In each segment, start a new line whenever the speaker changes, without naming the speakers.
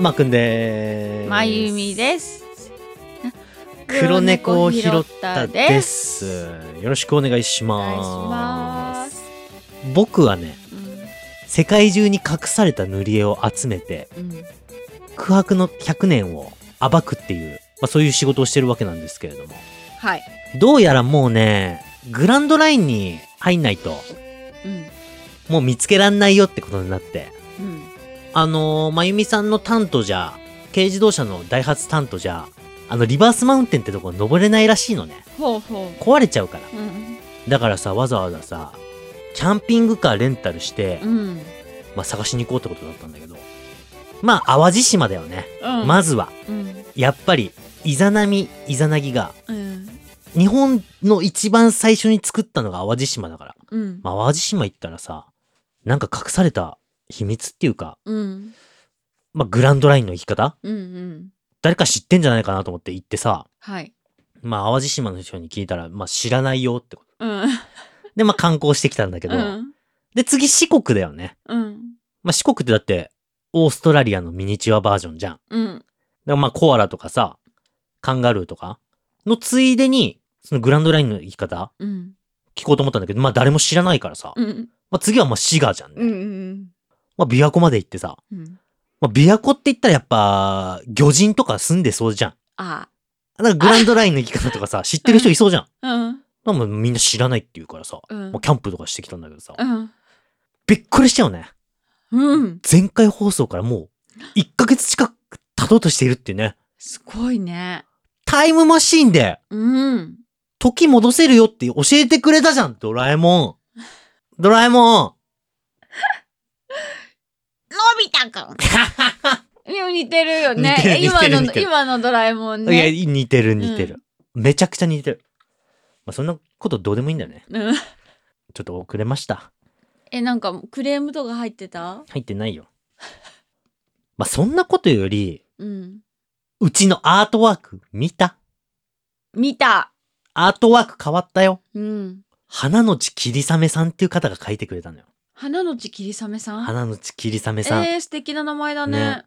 まくんでーす。
まゆみです。
黒猫を拾ったで
お
す。よろしくお願いし
願いし
ま。
ますす。
僕はね、
う
世界中に隠された塗り絵を集めて、
んうん
空白の100年を暴くっていう、まあ、そういう仕事をしてるわけなんですけれども。
はい。
どうやらもうね、グランドラインに入んないと、
うん
もう見つけらんないよってことになって。
うん
あのー、まゆみさんの担当じゃ、軽自動車のダイハツ担当じゃ、あの、リバースマウンテンってとこ登れないらしいのね。
ほうほ
壊れちゃうから。
う。うん
だからさ、わざわざさ、キャンピングカーレンタルして
う、ん
まあ、探しに行こうってことだったんだけど。まあ、淡路島だよね。
うん。
まずは、
うん
やっぱり、イザナミ、イザナギが、
うん
日本の一番最初に作ったのが淡路島だから。
うん
まあ、淡路島行ったらさ、なんか隠された秘密っていうか、
うん
まあ、グランドラインの生き方
うんうん
誰か知ってんじゃないかなと思って行ってさ、
はい。
まあ、淡路島の人に聞いたら、まあ、知らないよってこと。
うん
で、まあ、観光してきたんだけど、
うん
で、次、四国だよね。
うん
まあ、四国ってだって、オーストラリアのミニチュアバージョンじゃん。だか
うん
らまあ、コアラとかさ、カンガルーとかのついでに、そのグランドラインの生き方
うん
聞こうと思ったんだけど、まあ、誰も知らないからさ、
うんうん
まあ、次はまあ、滋賀じゃんね。
うん
まあ、琵琶湖まで行ってさ、
うん。
まあ、琵琶湖って言ったらやっぱ、魚人とか住んでそうじゃん。
あ
だからグランドラインの生き方とかさ、知ってる人いそうじゃん。
うん
でもみんな知らないって言うからさ、
うん
まあ、キャンプとかしてきたんだけどさ、
うん
びっくりしちゃうね。
うん。
前回放送からもう、1ヶ月近く経とうとしているっていうね。
すごいね。
タイムマシーンで、
うん
時戻せるよって教えてくれたじゃん、ドラえも ん。ドラえも
のび太くん
ん。
でも似てるよね
似
今
て。る似てる
の
似てる
今のドラえもん
いや、
ね。
似てる似てる。めちゃくちゃ似てる。まあ、そんなことどうでもいいんだよね。
うん
ちょっと遅れました。
えなんかクレームとか入ってた？
入って ないよ。まあ、そんなことより、
うん。
うちのアートワーク見た
見た。
アートワーク変わったよ。
うん。
花の地霧雨さんっていう方が書いてくれたのよ。
花のち霧雨さん。
花の地霧雨さん。
えー、素敵な名前だね。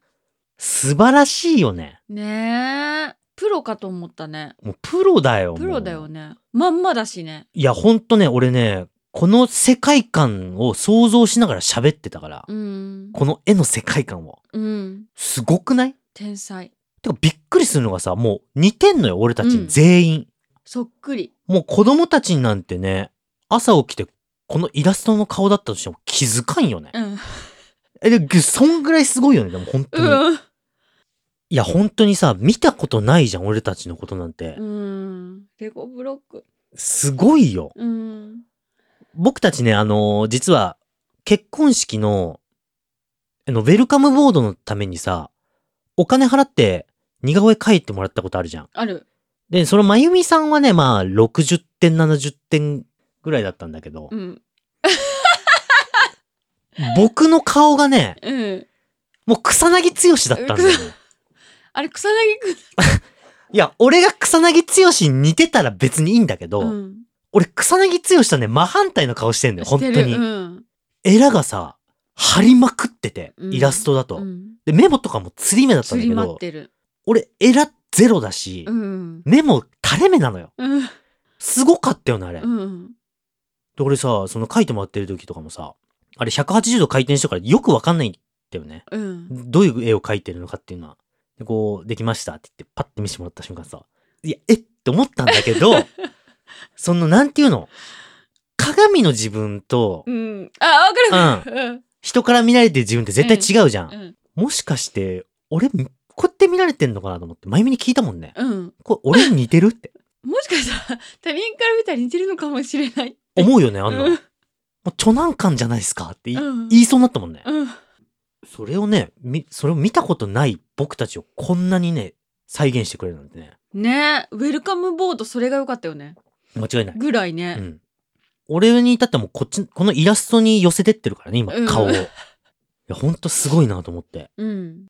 素晴らしいよね。
ねえ。プロかと思ったね。
もうプロだよ。
プロだよ
ね。
ね。まんまだしね。
いや、ほんとね、俺ね、この世界観を想像しながら喋ってたから、
うん。
この絵の世界観を。
うん。
すごくない
天才。
てかびっくりするのがさ、もう似てんのよ、俺た
う
ち
ん
全員。
そっくり。
もう子供たちなんてね、朝起きて、このイラストの顔だったとしても気づかんよね
う。ん。
え、で、ぐそんぐらいすごいよね、でも本当に。
うん。
いや、本当にさ、見たことないじゃん、俺たちのことなんて
う。ん。レゴブロック。
すごいよ。
うん。
僕たちね、あのー実は、結婚式の、あの、ウェルカムボードのためにさ、お金払って、似顔絵描いてもらったことあるじゃん。
ある。
で、そのまゆみさんはね、まあ、60点、70点ぐらいだったんだけど
う、ん。
僕の顔がね、
うん。
もう草薙剛だったんだよね。
あれ、草薙くん
いや、俺が草薙剛に似てたら別にいいんだけど、
うん。
俺草薙剛とはね、真反対の顔してんだよ、本当
してる
に。
うん。
エラがさ、張りまくってて、
うん
イラストだと。
うん。
で、メモとかも釣り目だったん
釣
だ
り
け
待
ど
っ、てる。
俺エラゼロだし、
うん。
メモ垂れ目なのよ。
うん。
すごかったよね、あれ。
うん。
で、俺さ、その書いてもらってる時とかもさ、あれ180度回転してるからよくわかんないんだよね。
うん。
どういう絵を描いてるのかっていうのは、でこう、できましたって言って、パッて見せてもらった瞬間さ、いや、えって思ったんだ けど、その、なんていうの鏡の自分と、
うん。あ、わかる。うん。
人から見られてる自分って絶対違うじゃん。
うん。
もしかして、俺、こうやって見られてんのかなと思って、まゆみに聞いたもんね。
うん。
これ、俺に似てる って。
もしかしたら、他人から見たら似てるのかもしれない。
思うよね、あ
うんん。
な。もう、著難感じゃないですかってい
うん
言いそうになったもんね。
うん。
それをね、み、それを見たことない僕たちをこんなにね、再現してくれるなんてね、
ねえ、ウェルカムボード、それが良かったよね。
間違いない。
ぐらいうね。
ん。俺に至ってはもうこっち、このイラストに寄せてってるからね、今
う、ん
顔を。いや、ほんとすごいなと思って。
うん。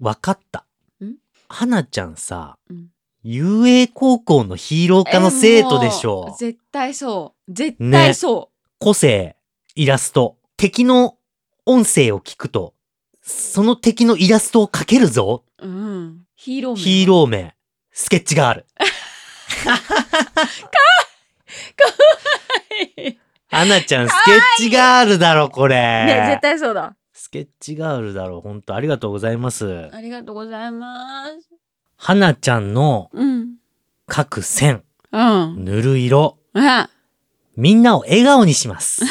わかった
ん。
はなちゃんさ、
うん
遊泳高校のヒーロー科の生徒でし
えも
ょ
う。絶対そう。絶
ね
対そ
個性、イラスト、敵の音声を聞くと、その敵のイラストを描けるぞ
うん。ヒーロー名。
ヒーロー名、スケッチがある。
ー。ね、
アナちゃん、スケッチガールだろ、こ
絶
れ。
対そうだ。
スケッチガールだろ、ほんと。ありがとうございます。
ありがとうございます。
花ちゃんの
うん。
描く線、
うん。
塗る色、
あ、
みんなを笑顔にします。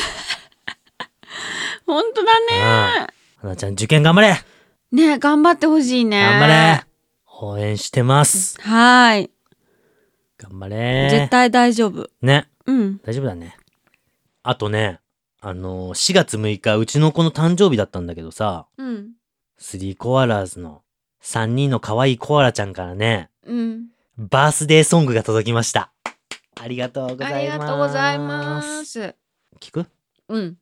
本当だね。
うん花ちゃん、受験頑張れ
ね、頑張ってほしいね。
頑張れ応援してます。
はーい。
頑張れ
絶対大丈夫。
ね、
うん。
大丈夫だね。あとね、あのー4月6日、うちの子の誕生日だったんだけどさ、
うん。
スリーコアラーズの3人の可愛いコアラちゃんからね、
うん。
バースデーソングが届きました。ありがとうござい
あ
ま
りが
す。
とうございま。す。
聞く
うん。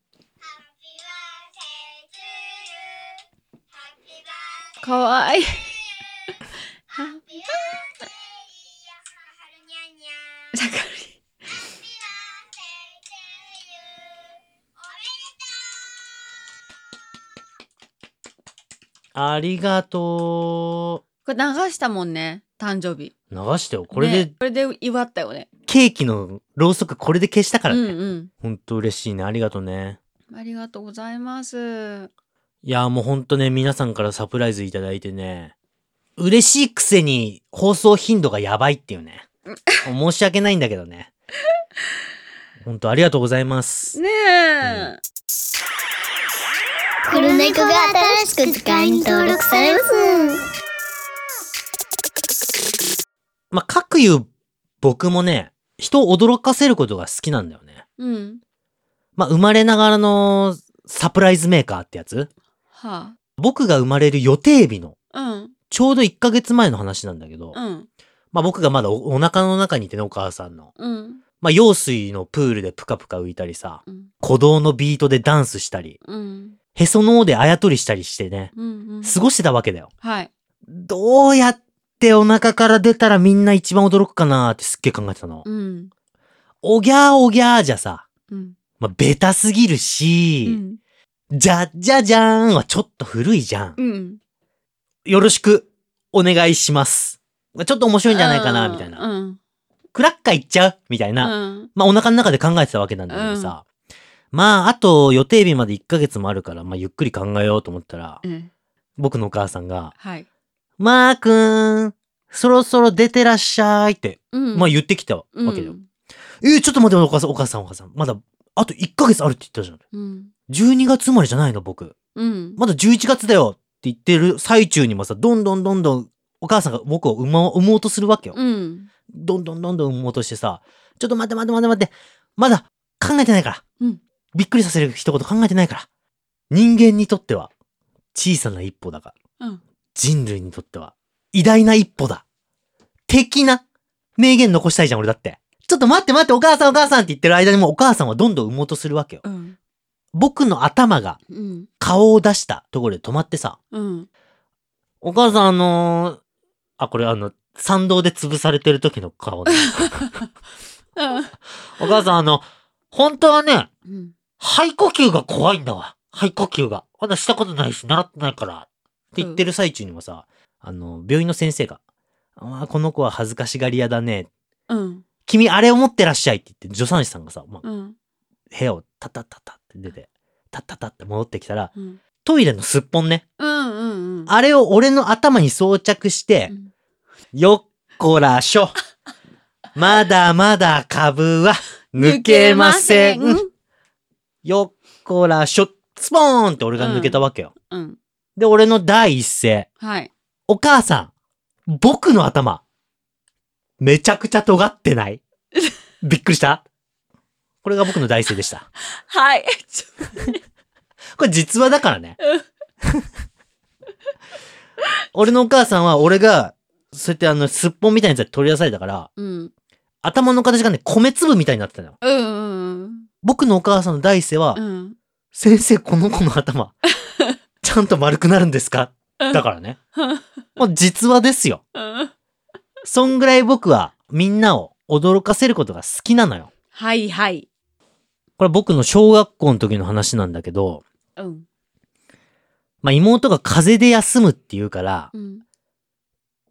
かわいい。 さかり。
ありがと
これ流したもんね。誕生日。
う。流してよ。これで、
ねこれで祝ったよね。
ケーキのろうそくこれで消したからね。
うん
ほんと嬉しいね。ありがとうね。
うん。ありがとうございます。
いやーもうほんとね、皆さんからサプライズいただいてね、嬉しいくせに放送頻度がやばいっていう ね。申し訳ないんだけどね。ほんとありがとうございます。
ねえ。
クルネコが新しく図鑑に登録されます。
まあ、各言う僕もね、人を驚かせることが好きなんだよね。
うん。
まあ、生まれながらのサプライズメーカーってやつ
は
僕が生まれる予定日の、
あ。うん。
ちょうど1ヶ月前の話なんだけど、
うん。
まあ僕がまだおお腹の中にいてね、お母さんの。
うん。
まあ、用水のプールでプカプカ浮いたりさ、
うん。
鼓動のビートでダンスしたり、
うん。
へその緒であやとりしたりしてね、
うん。うん。
過ごしてたわけだよ。
はい。
どうやってお腹から出たらみんな一番驚くかなーってすっげえ考えてたの。
うん。
おぎゃーおぎゃーじゃさ、
うん。
まあ、ベタすぎる
う
し、
ん。
じゃっじゃじゃーんはちょっと古いじゃん。
うん。
よろしく、お願いします。まあちょっと面白いんじゃないかな、みたいな。
うん。
クラッカーいっちゃうみたいな。
うん。
まあお腹の中で考えてたわけなんだけどさ。まああと予定日まで1ヶ月もあるから、まあゆっくり考えようと思ったら
う、ん。
僕のお母さんが、
はい。
まーくーん、そろそろ出てらっしゃいって、
うん。
まあ言ってきたわけ
うん
よ。。えーちょっと待ってお母さん、お母さん、お母さん。まだ、あと1ヶ月あるって言ったじゃん。
うん。
12月生まれじゃないの僕。
うん。
まだ11月だよって言ってる最中にもさ、どんどんどんどんお母さんが僕を産もう産もうとするわけよ。
うん。
どんどんどんどん産もうとしてさ、ちょっと待って待って待って待って、まだ考えてないから。
うん
びっくりさせる一言考えてないから。人間にとっては小さな一歩だが、
うん
人類にとっては偉大な一歩だ。的な名言残したいじゃん、俺だって。ちょっと待って待って、お母さんお母さんって言ってる間にもうお母さんはどんどん産もうとするわけよ。
うん。
僕の頭が
うん。
顔を出したところで止まってさ、
うん。
お母さんあのーあ、これあの、参道で潰されてる時の顔ね。お母さんあの、本当はね、
うん。
肺呼吸が怖いんだわ。肺呼吸が。まだしたことないし、習ってないから。って言ってる最中にもさ、あの、病院の先生が、あーこの子は恥ずかしがり屋だね。
うん。
君、あれを持ってらっしゃいって言って、助産師さんがさ、まあ、
うん。
部屋をタッタッタッタって出て、タッタッタって戻ってきたら、
うん。
トイレのすっぽんね。
うん。うん。うん。
あれを俺の頭に装着して、よっこらし ょ。まだまだ株は抜けません。よっこらしょ。スポーンって俺が抜けたわけよ。
うん。
で、俺の第一声。
はい。
お母さん、僕の頭、めちゃくちゃ尖ってない びっくりしたこれが僕の第一声でした。
はい。
これ実話だからね。 俺のお母さんは俺が、そうやってあの、すっぽんみたいなやつで取り出されたから、
うん。
頭の形がね、米粒みたいになってたのよ。
うん。うん。
僕のお母さんの第一声は、
うん。
先生、この子の頭、 ちゃんと丸くなるんですかだか らね。もう実話ですよ。
ら。
そんぐらい僕はみんなを驚かせることが好きなのよ。
はいはい。
これ僕の小学校の時の話なんだけど、
うん。
まあ妹が風邪で休むって言うから、
うん。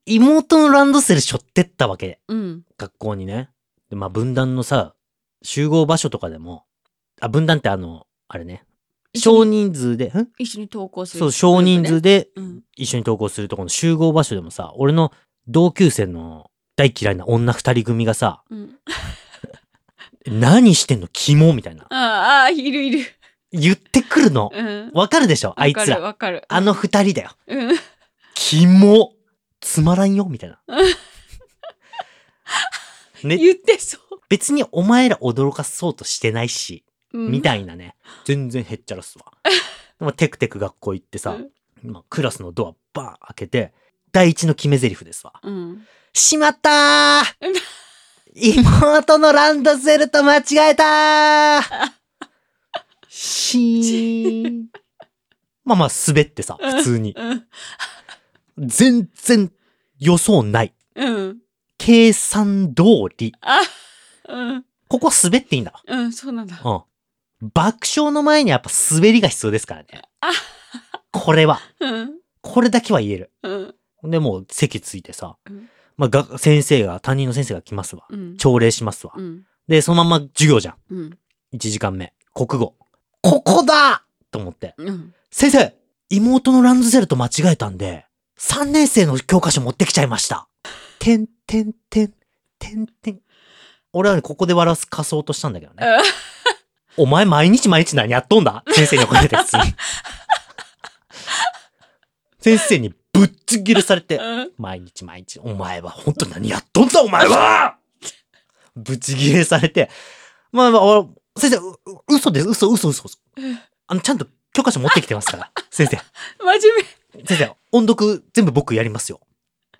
妹のランドセル背負ってったわけ。
うん。
学校にね。で、まあ分断のさ、集合場所とかでも、あ、分断ってあの、あれね、
一緒
少
に
人数で、ん
一緒に投稿する。
そう、少人数で
うん。
一緒に登校するとこの集合場所でもさ、俺の同級生の大嫌いな女二人組がさ、
うん。
何してんのキモみたいな。
ああ、いるいる。
言ってくるの。
うん。
わかるでしょあいつら。
わかる。わかる
あの二人だよ。
うん。
キモつまらんよみ たいな。ね、
言ってそう。
別にお前ら驚かそうとしてないし、
うん
みたいなね。全然へっちゃら っすわ。でもテクテク学校行ってさ、まあクラスのドアバーン開けて、第一の決め台詞ですわ。
うん。
しまったー妹のランドセルと間違えたーしーん。まあまあ滑ってさ、普通に。
うん。
全然予想ない。
うん。
計算通り。
あ、うん。
ここ滑っていいんだ。
うん、そうなんだ。
うん。爆笑の前にやっぱ滑りが必要ですからね。これは。
うん。
これだけは言える。
うん。
で、もう席ついてさ
うん。
まあ、が先生が、担任の先生が来ますわ。
うん。
朝礼しますわ
う。ん。
で、そのまんま授業じゃん。
うん。
1時間目。国語。ここだと思って。
うん。
先生妹のランドセルと間違えたんで、3年生の教科書持ってきちゃいました。てんてんてん、てんてん。俺はね、ここで笑わすかそうとしたんだけどね。お前毎日毎日何やっとんだ先生に怒られたやつ。先生にぶっちぎれされて。
うん。
毎日毎日、お前は本当に何やっとんだお前はぶち切れされて、まあまあお、先生、うう嘘です、嘘、嘘、嘘、嘘。あの、ちゃんと教科書持ってきてますから、 先生、
真面
先生、音読全部僕やりますよ。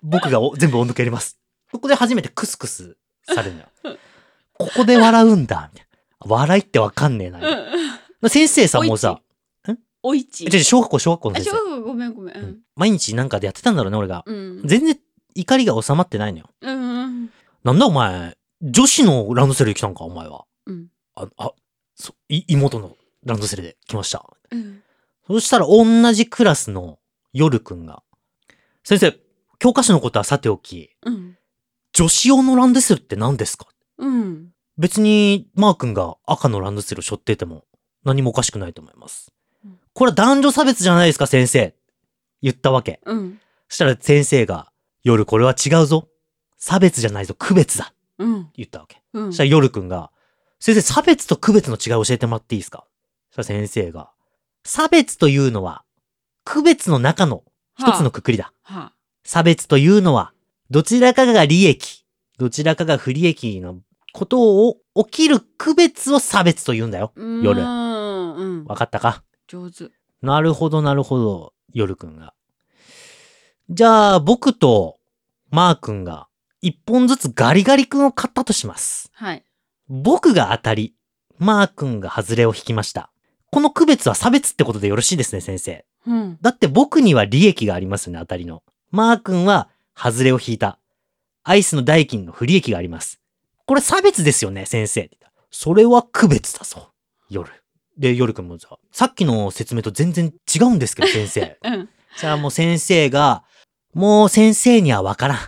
僕がお全部音読やります。ここで初めてクスクスされるのよ。ここで笑うんだ、みたいな。笑いってわかんねえな。
目。うん。
先生さんもさ、
おいち
ち。ょ小学校、小学校の
あ、
先
小
生。
学校ごめんごめん。
うん毎日なんかでやってたんだろうね、俺が。
うん。うん。
全然怒りが収まってないのよ。
うん。
なんだお前、女子のランドセルで来たんか、お前は。
うん。
あ、あ、そ、い、妹のランドセルで来ました。
うん。
そしたら、同じクラスの夜くんが、先生、教科書のことはさておき、
うん。
女子用のランドセルって何ですか
うん。
別に、マー君が赤のランドセルを背負ってても、何もおかしくないと思います
うん。
これは男女差別じゃないですか、先生。言ったわけ。
うん。
そしたら先生が、夜これは違うぞ。差別じゃないぞ、区別だ。
うん。
言ったわけ。
うん。
そしたら夜くんが、先生、差別と区別の違いを教えてもらっていいですかそしたら先生が、差別というのは、区別の中の一つのくくりだ。
は
差別というのは、どちらかが利益、どちらかが不利益のことを起きる区別を差別と言うんだよ。
あ、
夜
うんうん
わかったか
上手
なるほど、なるほど、夜くんが。じゃあ、僕とマーくんが、一本ずつガリガリ君を買ったとします。
はい
僕が当たり、マー君が外れを引きました。この区別は差別ってことでよろしいですね、先生。
うん
だって僕には利益がありますよね、当たりの。マー君は外れを引いた。アイスの代金の不利益があります。これ差別ですよね、先生。それは区別だぞ。夜。で、夜君もさ、さっきの説明と全然違うんですけど、先 生。
うん
じゃあもう先生が、もう先生にはわからん。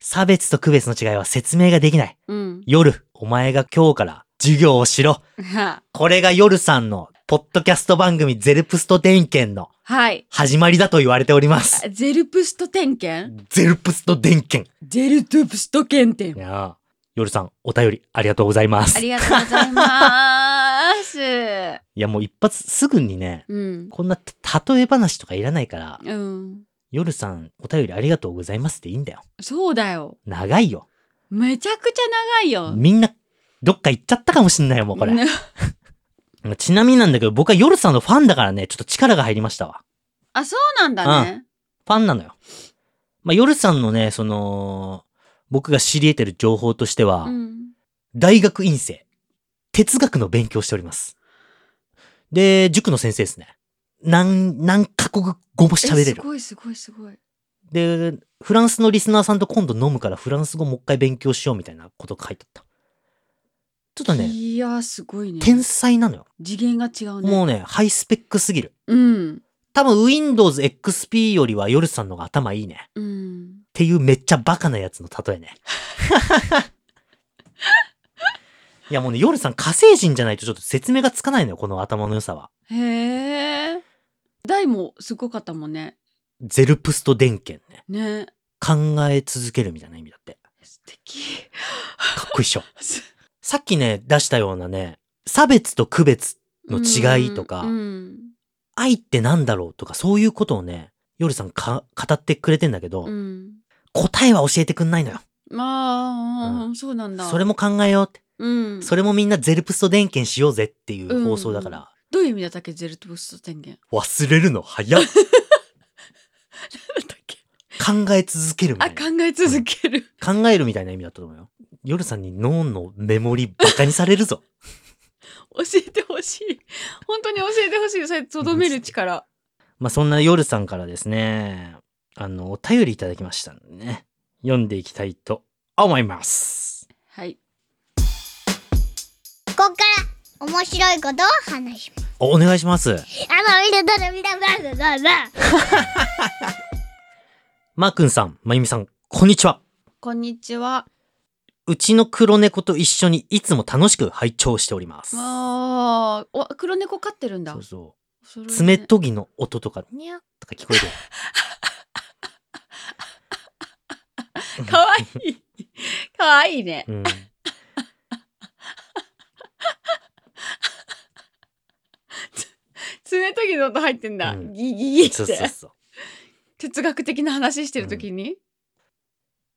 差別と区別の違いは説明ができない。
うん
夜、お前が今日から授業をしろ。
は
これが夜さんの、ポッドキャスト番組ゼルプスト電検の
はい
始まりだと言われております。
あゼルプスト点検
ゼルプスト電検。
ゼルトゥプスト検定
いやあ夜さん、お便りありがとうございます。
あ
い
りがとうございます
や、もう一発すぐにね、
うん
こんな例え話とかいらないから、
うん
夜さん、お便りありがとうございますっていいんだよ。
そうだよ
長いよ。
めちゃくちゃ長いよ
みんな、どっか行っちゃったかもしんないよ、もうこれ。ちなみになんだけど、僕は夜さんのファンだからね、ちょっと力が入りましたわ。
あそうなんだね
ファンなのよ。まあ、夜さんのね、その、僕が知り得てる情報としては、
うん
大学院生、哲学の勉強をしております。で、塾の先生ですね。何、何カ国語も喋
え
れ
す
る。
ごいすごいすごい
で、フランスのリスナーさんと今度飲むからフランス語もう一回勉強しようみたいなことが書いてあった。ちょっとね、
いやすごいね
天才なのよ。
次元が違うね
もうね、ハイスペックすぎる。
うん
多分 Windows XP よりはヨルさんの方が頭いいね。
うん
っていうめっちゃバカなやつの例え ね。いやもうね、夜さん火星人じゃないとちょっと説明がつかないのよ、この頭の良さは。
へえ台もすごかったもんね
ゼルプスト電源ね。
ね
考え続けるみたいな意味だって。
素敵
かっこいいっしょ。 さっきね、出したようなね、差別と区別、の違いとか
うんうん
愛ってなんだろうとかそういうことをね、夜さんか語ってくれてんだけど、
うん
答えは教えてくんないのよ。
まあ、
う
そうなんだ
それも考えようって。
うん、
それもみんなゼルプスト電源しようぜっていう放送だから。
どういう意味だったっけゼルトブスト宣言
忘れるの早っ。
なんだっけ
考え続けるみた
あ
いな
考。え続ける、
考えるみたいな意味だったと思うよ。夜さんに脳のメモリバカにされ るぞ。
教えてほしい本当に教えてほしいそれとどめる力
まあそんな夜さんからですね、あの、お便りいただきましたんでね、読んでいきたいと思います。
はい
ここから面白いことを話しま
おお願いします。
す。あの、みだだだみだだだだだ。
マー君さん、まゆみさん、こんにちは。
こんにちは
うちの黒猫と一緒にいつも楽しく拝聴しております。
あーお黒猫飼ってるんだ
そうそ。
そうれね
爪研ぎの音とか、にゃーとか聞こえるよ。
かわいいかわいいね
うん
爪研ぎの音入ってんだ、
うん
ギギギって
そうそうそう。
哲学的な話してる時に、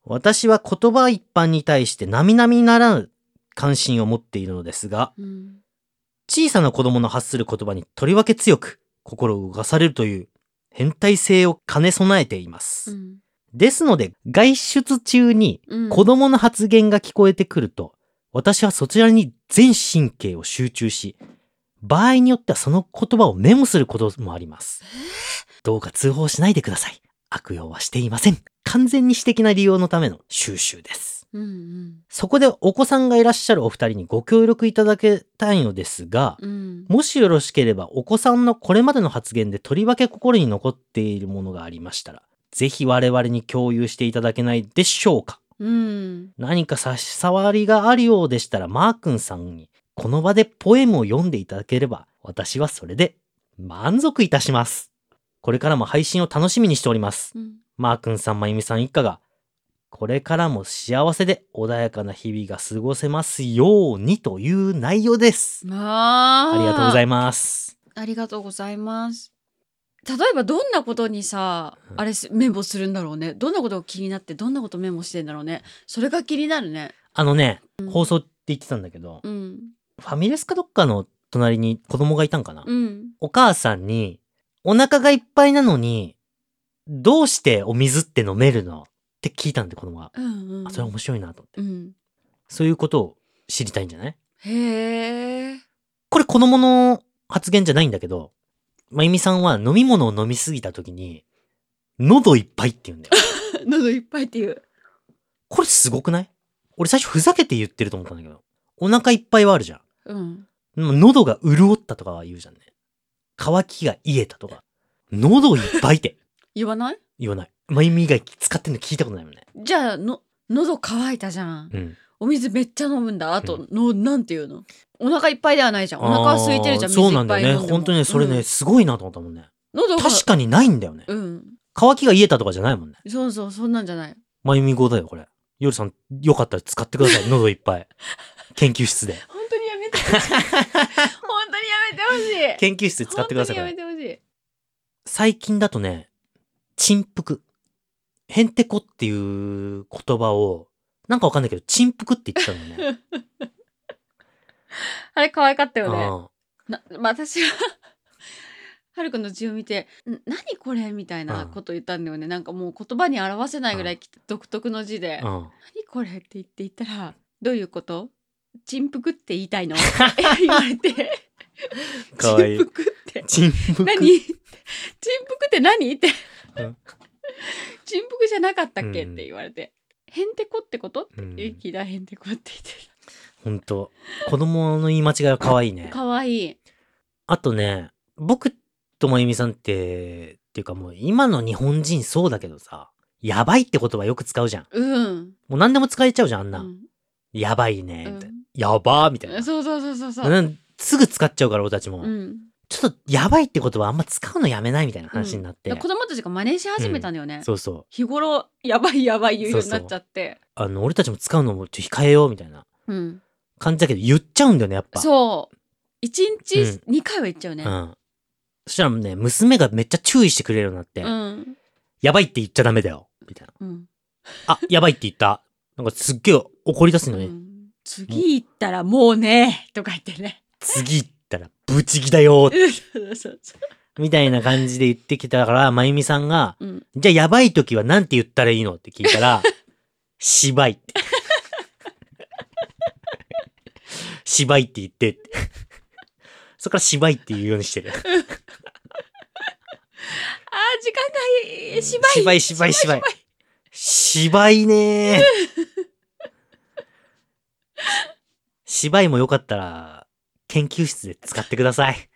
私は言葉一般に対して並々ならぬ関心を持っているのですが、
うん
小さな子供の発する言葉にとりわけ強く心を動かされるという変態性を兼ね備えていま
う
す。
ん
ですので、外出中に
うん
子供の発言が聞こえてくると、私はそちらに全神経を集中し、場合によってはその言葉をメモすることもあります。どうか通報しないでください。悪用はしていません。完全に私的な利用のための収集です。
うん
そこでお子さんがいらっしゃるお二人にご協力いただきたいのですが、
うんうん
もしよろしければお子さんのこれまでの発言でとりわけ心に残っているものがありましたら、ぜひ我々に共有していただけないでしょうか
うん
何か差し障りがあるようでしたら、マー君さんにこの場でポエムを読んでいただければ、私はそれで満足いたします。これからも配信を楽しみにしております。
うん
マー君さん、まゆみさん一家が、これからも幸せで穏やかな日々が過ごせますようにという内容です。
あ
ありがとうござ
い
います。
ますありがとうございます例えばどんなことにさ
うん
あれすメモするんだろうねどんなことが気になってどんなことメモしてんだろうねそれが気になるね
あのね、
うん
放送って言ってたんだけど、
うん
ファミレスかどっかの隣に子供がいたんかな、
うん
お母さんに、お腹がいっぱいなのに、どうしてお水って飲めるのって聞いたんで、子供が。
うんうん
あ、それ面白いなと思って。
うん
そういうことを知りたいんじゃない
へえ
これ子供の発言じゃないんだけど、まゆみさんは飲み物を飲みすぎた時に、喉いっぱいって言うんだよ。
喉いっぱいっていう
これすごくない俺最初ふざけて言ってると思ったんだけど、お腹いっぱいはあるじゃん。
うん
でも喉が潤ったとかは言うじゃんね。乾きが癒えたとか。喉いっぱいって
言わない
言わない。まゆみ以外使ってんの聞いたことないもんね。
じゃあの喉乾いたじゃん
うん。
お水めっちゃ飲むんだあとのなんていうのお腹いっぱいではないじゃんお腹は空いてるじゃん水
あーそうないん
っ
だ
ぱい
よね。
飲んでも
本当にね、それね、
うん
すごいなと思ったもんね。
喉が
確かにないんだよね。
うん
乾きが癒えたとかじゃないもんね。
そうそうそんなんじゃない
まゆみ語だよ、これ。夜さん、よかったら使ってください。喉いっ ぱい。研究室で。
本当にやめてほしい本当にやめてほしい
研究室で使ってください、こ
本当
れ。
にやめてほしい
最近だとね、沈腹。へんてこっていう言葉を、なんかわかんないけど、沈腹って言ってたのね。
あれ可愛かったよね
うん
なまあ私ははるくんの字を見て「ん何これ?」みたいなこと言ったんだよねなんかもう言葉に表せないぐらい独特の字で
うん。
何これって言っていたらどういうこと人腹って言いたいのって言われて
かわいい
人腹って
沈腹。
何人腹って何って
うん
人腹じゃなかったっけ、
うん
って言われてへんてこってことって
うん
言う聞いたらへんてこって言って
ほんと。子供の言い間違いは可愛いね
た。かわいい
あとね、僕ともゆみさんって、っていうかもう今の日本人そうだけどさ、やばいって言葉よく使うじゃん。
うん。
もう何でも使えちゃうじゃん、あんな。
うん
やばいね、みたいな
うん
やばー、みたいな。
そうそうそうそうそう。
うんすぐ使っちゃうから、俺たちも。
うん。
ちょっと、やばいって言葉あんま使うのやめないみたいな話になって。
子供たちが真似し始めたのよね。
そうそう。
日頃やばいやばい言うようになっちゃって。
あの、俺たちも使うのもちょっと控えよう、みたいな
うん。
感じだけど、言っちゃうんだよね、やっぱ。
そう。一
うん
日二回は言っちゃうね
う。ん。そしたらね、娘がめっちゃ注意してくれるようになって、
うん。
やばいって言っちゃダメだよ、みたいな。
うん。
あ、やばいって言った。なんかすっげえ怒り出すのね。
うん次行ったらもうねとか言ってね。
次行ったらブチギだよ、
そうそうそ
みたいな感じで言ってきたから、まゆみさんが、
う。うん。
じゃあやばい時はなんて言ったらいいのって聞いた ら、芝居って。芝居って言ってって。そこから芝居って言うようにしてる。
あー時間が芝居。
芝居芝居芝居。芝居ねー。芝居もよかったら、研究室で使ってくだ さい。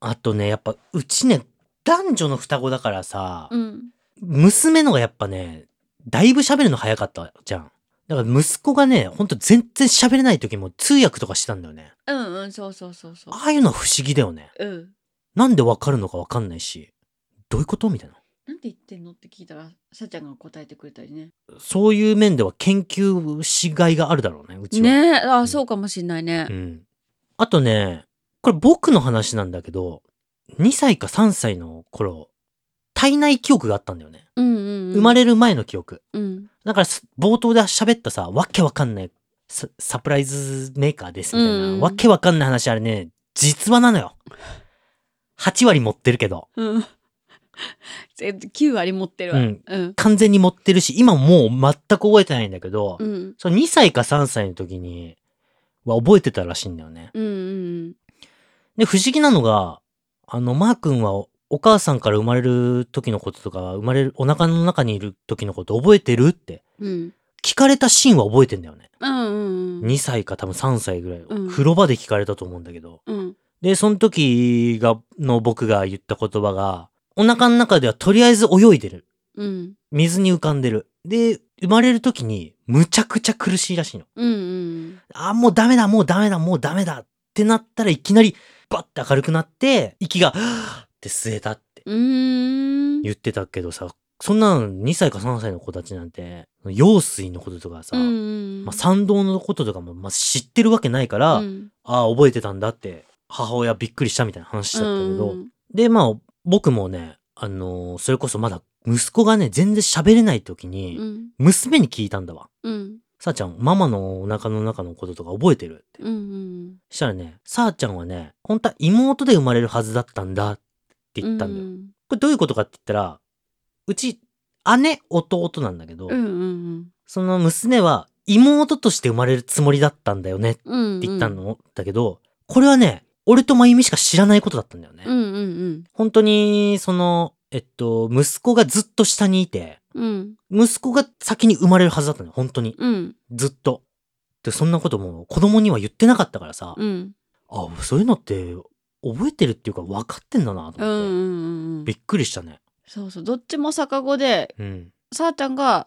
あとね、やっぱ、うちね、男女の双子だからさ、
うん。
娘のがやっぱね、だいぶ喋るの早かったじゃん。だから息子がね、ほんと全然喋れない時も通訳とかしてたんだよね。
うんうんそうそうそうそう。
ああいうのは不思議だよね。
うん。
なんでわかるのかわかんないし、どういうことみたいな。
なんて言ってんのって聞いたらさっちゃんが答えてくれたりね。
そういう面では研究しがいがあるだろうね、うちは。
ねあ
うん
ーそうかもしんないね
う。ん。あとね、これ僕の話なんだけど、2歳か3歳の頃、体内記憶があったんだよね。
うんうんうん。
生まれる前の記憶。
うん
だからす、冒頭で喋ったさ、わけわかんないササプライズメーカーですみたいな、
うん
わけわかんない話あれね、実話なのよ。8割持ってるけど、
うん。 全9割持ってるわ。
う
うんん。うん。
完全に持ってるし、今もう全く覚えてないんだけど、
うん
その2歳か3歳の時には覚えてたらしいんだよね。
うんうん。
で、不思議なのが、あの、マー君はおお母さんから生まれる時のこととか、生まれる、お腹の中にいる時のこと覚えてるって
うん。
聞かれたシーンは覚えてんだよね。
うんうん。
2歳か多分3歳ぐらい、
うん
風呂場で聞かれたと思うんだけど。
うん。
で、その時が、の僕が言った言葉が、お腹の中ではとりあえず泳いでる。
うん。
水に浮かんでる。で、生まれる時にむちゃくちゃ苦しいらしいの。
うんうん。
あ、もうダメだ、もうダメだ、もうダメだってなったらいきなりバッて明るくなって、息が、はぁって吸えたって
うーん。
言ってたけどさ、そんなの2歳か3歳の子たちなんて、用水のこととかさ、
うんうん。
まあ、参道のこととかも、まあ、知ってるわけないから、
うん
ああ、覚えてたんだって、母親びっくりしたみたいな話だったけど、
うん
で、まあ、僕もね、あのーそれこそまだ息子がね、全然喋れない時に、
うん
娘に聞いたんだわ。
うん
さあちゃん、ママのお腹の中のこととか覚えてるって。
うんうん
したらね、さあちゃんはね、本当は妹で生まれるはずだったんだって言ったんだよ。
うん
これどういうことかって言ったら、うち、姉、弟なんだけど、
うんうん
その娘は妹として生まれるつもりだったんだよねって
うん
言ったの、だけど、これはね、俺と真由美しか知らないことだったんだよね。
うんうん
本当に、その、えっと、息子がずっと下にいて、
うん
息子が先に生まれるはずだったのよ、本当に。
うん
ずっと。で、そんなことも子供には言ってなかったからさ、
うん
あ、そういうのって覚えてるっていうか分かってんだなと
うんうんう
思って、
んうん
びっくりしたね。
そうそうどっちも逆子で
うん。
さあちゃんが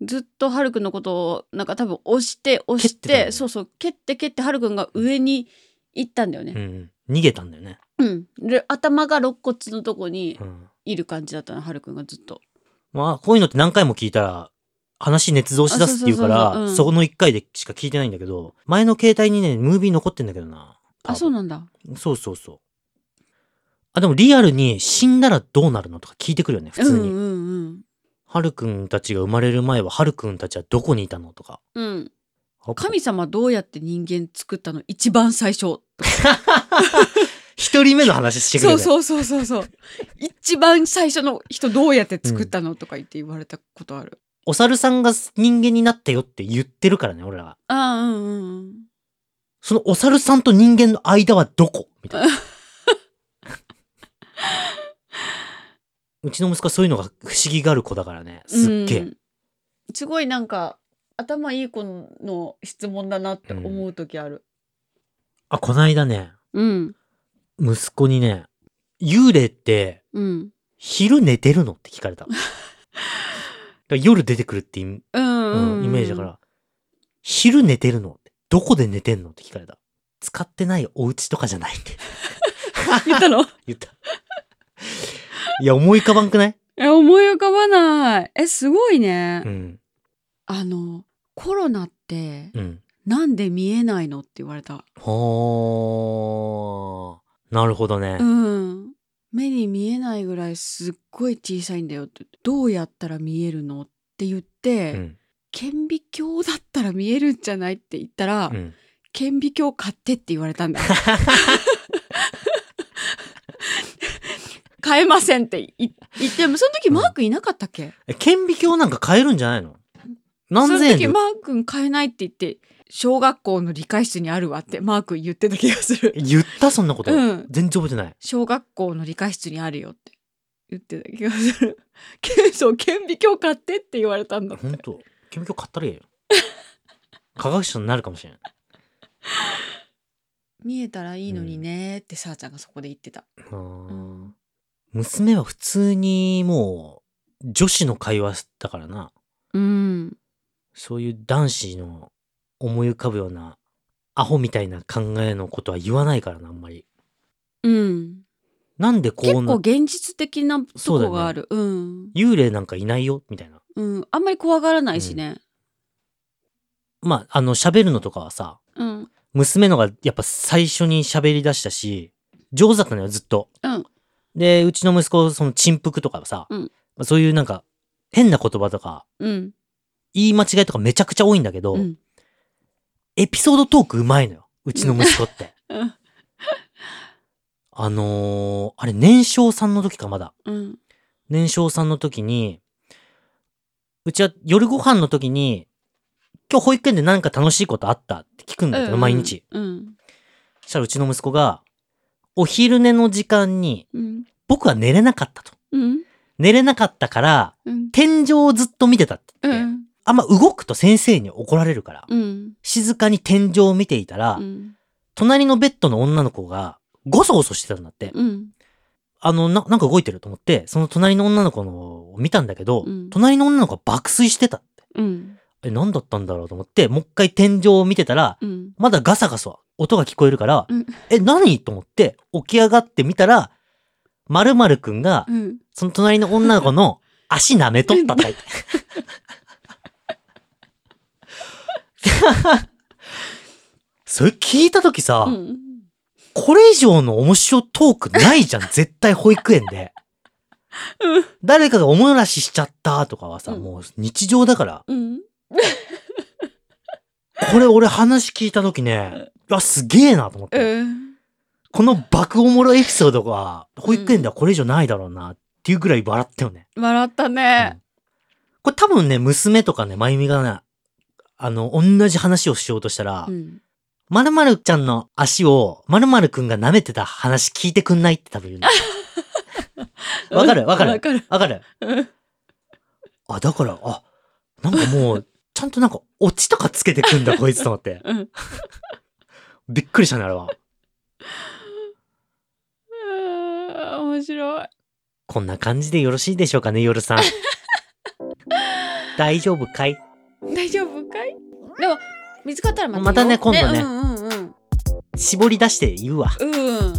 ずっとはるくんのことをなんか多分押して押し
蹴ってた
て
んだよ
そうそう蹴って蹴ってはるくんが上に行ったんだよ
う
ね、
ん、逃げたんだよね。
うん、で頭が肋骨のとこに
うん。
いる感じだったのはるくんがずっと
まあ、こういうのって何回も聞いたら、話捏造し出すっていうか
あそうそうそうそうう
ら、
ん
そこの一回でしか聞いてないんだけど、前の携帯にね、ムービー残ってんだけどな。
あそうな
な
んだ
そうそうそう。あ、でもリアルに死んだらどうなるのとか聞いてくるよね、普通
うん
に。
うんうん
はるくんたちが生まれる前は、はるくんたちはどこにいたのとか。
うん、神様どうやって人間作ったの一番最初
一人目の話してくれ
そ
る
う。そうそうそうそう一番最初の人どうやって作ったの、とか言って言われたことある
お猿さんが人間になったよって言ってるからね、俺らは。
ああうんうんうん
そのお猿さんと人間の間はどこみたいな。うちの息子はそういうのが不思議がある子だからね。すっげえ。
うんすごいなんか頭いい子の質問だなって思う時ある
あ、こないだね、
うん
息子にね、幽霊って
うん。
昼寝てるのって 聞かれた。だから夜出てくるってイ,、う
うんうんうん
んイメージだか。ら、昼寝てるのってどこで寝てんのって聞かれた。使ってないお家とかじゃないって
言ったの
言った。いや、思い浮かばん くない
え、思い浮かばない。え、すごいね。
うん。
あの、コロナって、
うん。
なんで見えないのって言われた。
はー。なるほどね
う。ん。目に見えないぐらいすっごい小さいんだよって。どうやったら見えるのって言って、
うん。
顕微鏡だったら見えるんじゃないって言ったら、
うん。
顕微鏡買ってって言われたんだよ。買えませんってい言ってもその時マー君いなかったっけ、
え顕微鏡なんか買えるんじゃないの何
その
千
時
円で売っ
マー君買えないって言って小学校の理科室にあるわってマー君言ってた気がする。
言ったそんなこと、
うん
全然覚えてない。
小学校の理科室にあるよって言ってた気がする。けそう顕微鏡買ってって言われたんだ。
本当顕微鏡買ったらいいよ。科学者になるかもしれない。
見えたらいいのにねってさあちゃんがそこで言ってた。
あー娘は普通にもう女子の会話だからな。
うん。
そういう男子の思い浮かぶようなアホみたいな考えのことは言わないからな、あんまり。
うん。
なんでこ
結
う
構
な、
現実的な
そ
と
うだよ
こ
ね
がある。うん。
幽霊なんかいないよみたいな。
うん。あんまり怖がらないしね。
まあ、あの、喋るのとかはさ、
うん。
娘のがやっぱ最初に喋り出したし、上手だったのよ、ずっと。
うん
で、うちの息子、その沈黙とかさ、
うん
まあそういうなんか変な言葉とか、
うん。
言い間違いとかめちゃくちゃ多いんだけど、
うん。
エピソードトークうまいのよ、うちの息子って。あのーあれ、年少さんの時か、まだ。
うん。
年少さんの時に、うちは夜ご飯の時に、今日保育園で何か楽しいことあったって聞くんだけど、毎日。。
うん。
そしたらうちの息子が、お昼寝の時間に、
うん。
僕は寝れなかったと。
うん。
寝れなかったから、
うん。
天井をずっと見てたって
う
言って、
ん。
あんま動くと先生に怒られるから、
うん。
静かに天井を見ていたら、
うん。
隣のベッドの女の子が、ゴソゴソしてたんだって、
うん。
あのな、なんか動いてると思って、その隣の女の子のを見たんだけど、
うん
隣の女の子が爆睡してたって。
うん。
え、何だったんだろうと思って、もう一回天井を見てたら、
うん。
まだガサガサ音が聞こえるから、
うん
え、何と思って起き上がってみたら、〇〇くんが、
うん。
その隣の女の 子の足舐めとったとか言 って。それ聞いたときさ、これ以上の面白トークない じゃん、絶対保育園で。
うん
誰かがおもらししちゃったとかはさ、
うん
もう日常だから。
うん。
これ俺話聞いたときね、あ、すげえなと思って。
うん。
この爆おもろエピソードが、保育園ではこれ以上ないだろうな、っていうぐらい笑ったよね。
笑ったね。
これ多分ね、娘とかね、まゆみがね、あの、同じ話をしようとしたら
う、ん。
まるまるちゃんの足を、まるまるくんが舐めてた話聞いてくんないって多分言 うんだよわかるわかる
わかる。
わかる
うん
あ、だから、あ、なんか もう、ちゃんとなんか、オチとかつけてくんだ、こいつと思って。
うん。
びっくりしたね、あれは。
うん面白い。
こんな感じでよろしいでしょうかね、夜 さん。大丈夫かい
大丈夫かいでも、見つかったらまた。
またね今度ね
うんうんうん。
絞り出して言うわ。
うん。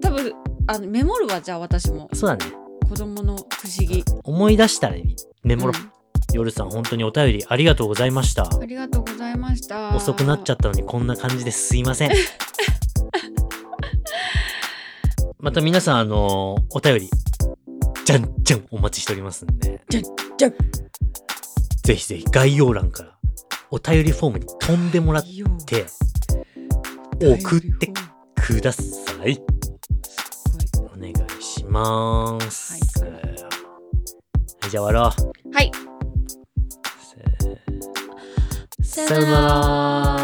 多分、あの、メモるわ、じゃあ私も。
そうだね。
子供の不思議。
思い出したらメモろ。
うん
夜さん、本当にお便りありがとうございました。
ありがとうございました。
遅くなっちゃったのにこんな感じですい ません。また皆さん、あのお便り、じゃんじゃんお待ちしておりますんで。
じゃんじゃん
ぜひぜひ概要欄からお便りフォームに飛んでもらっ
いいよ
て送ってください。お願いします。
は
はい、じゃあ終わろう。
はい。
せーさよなら。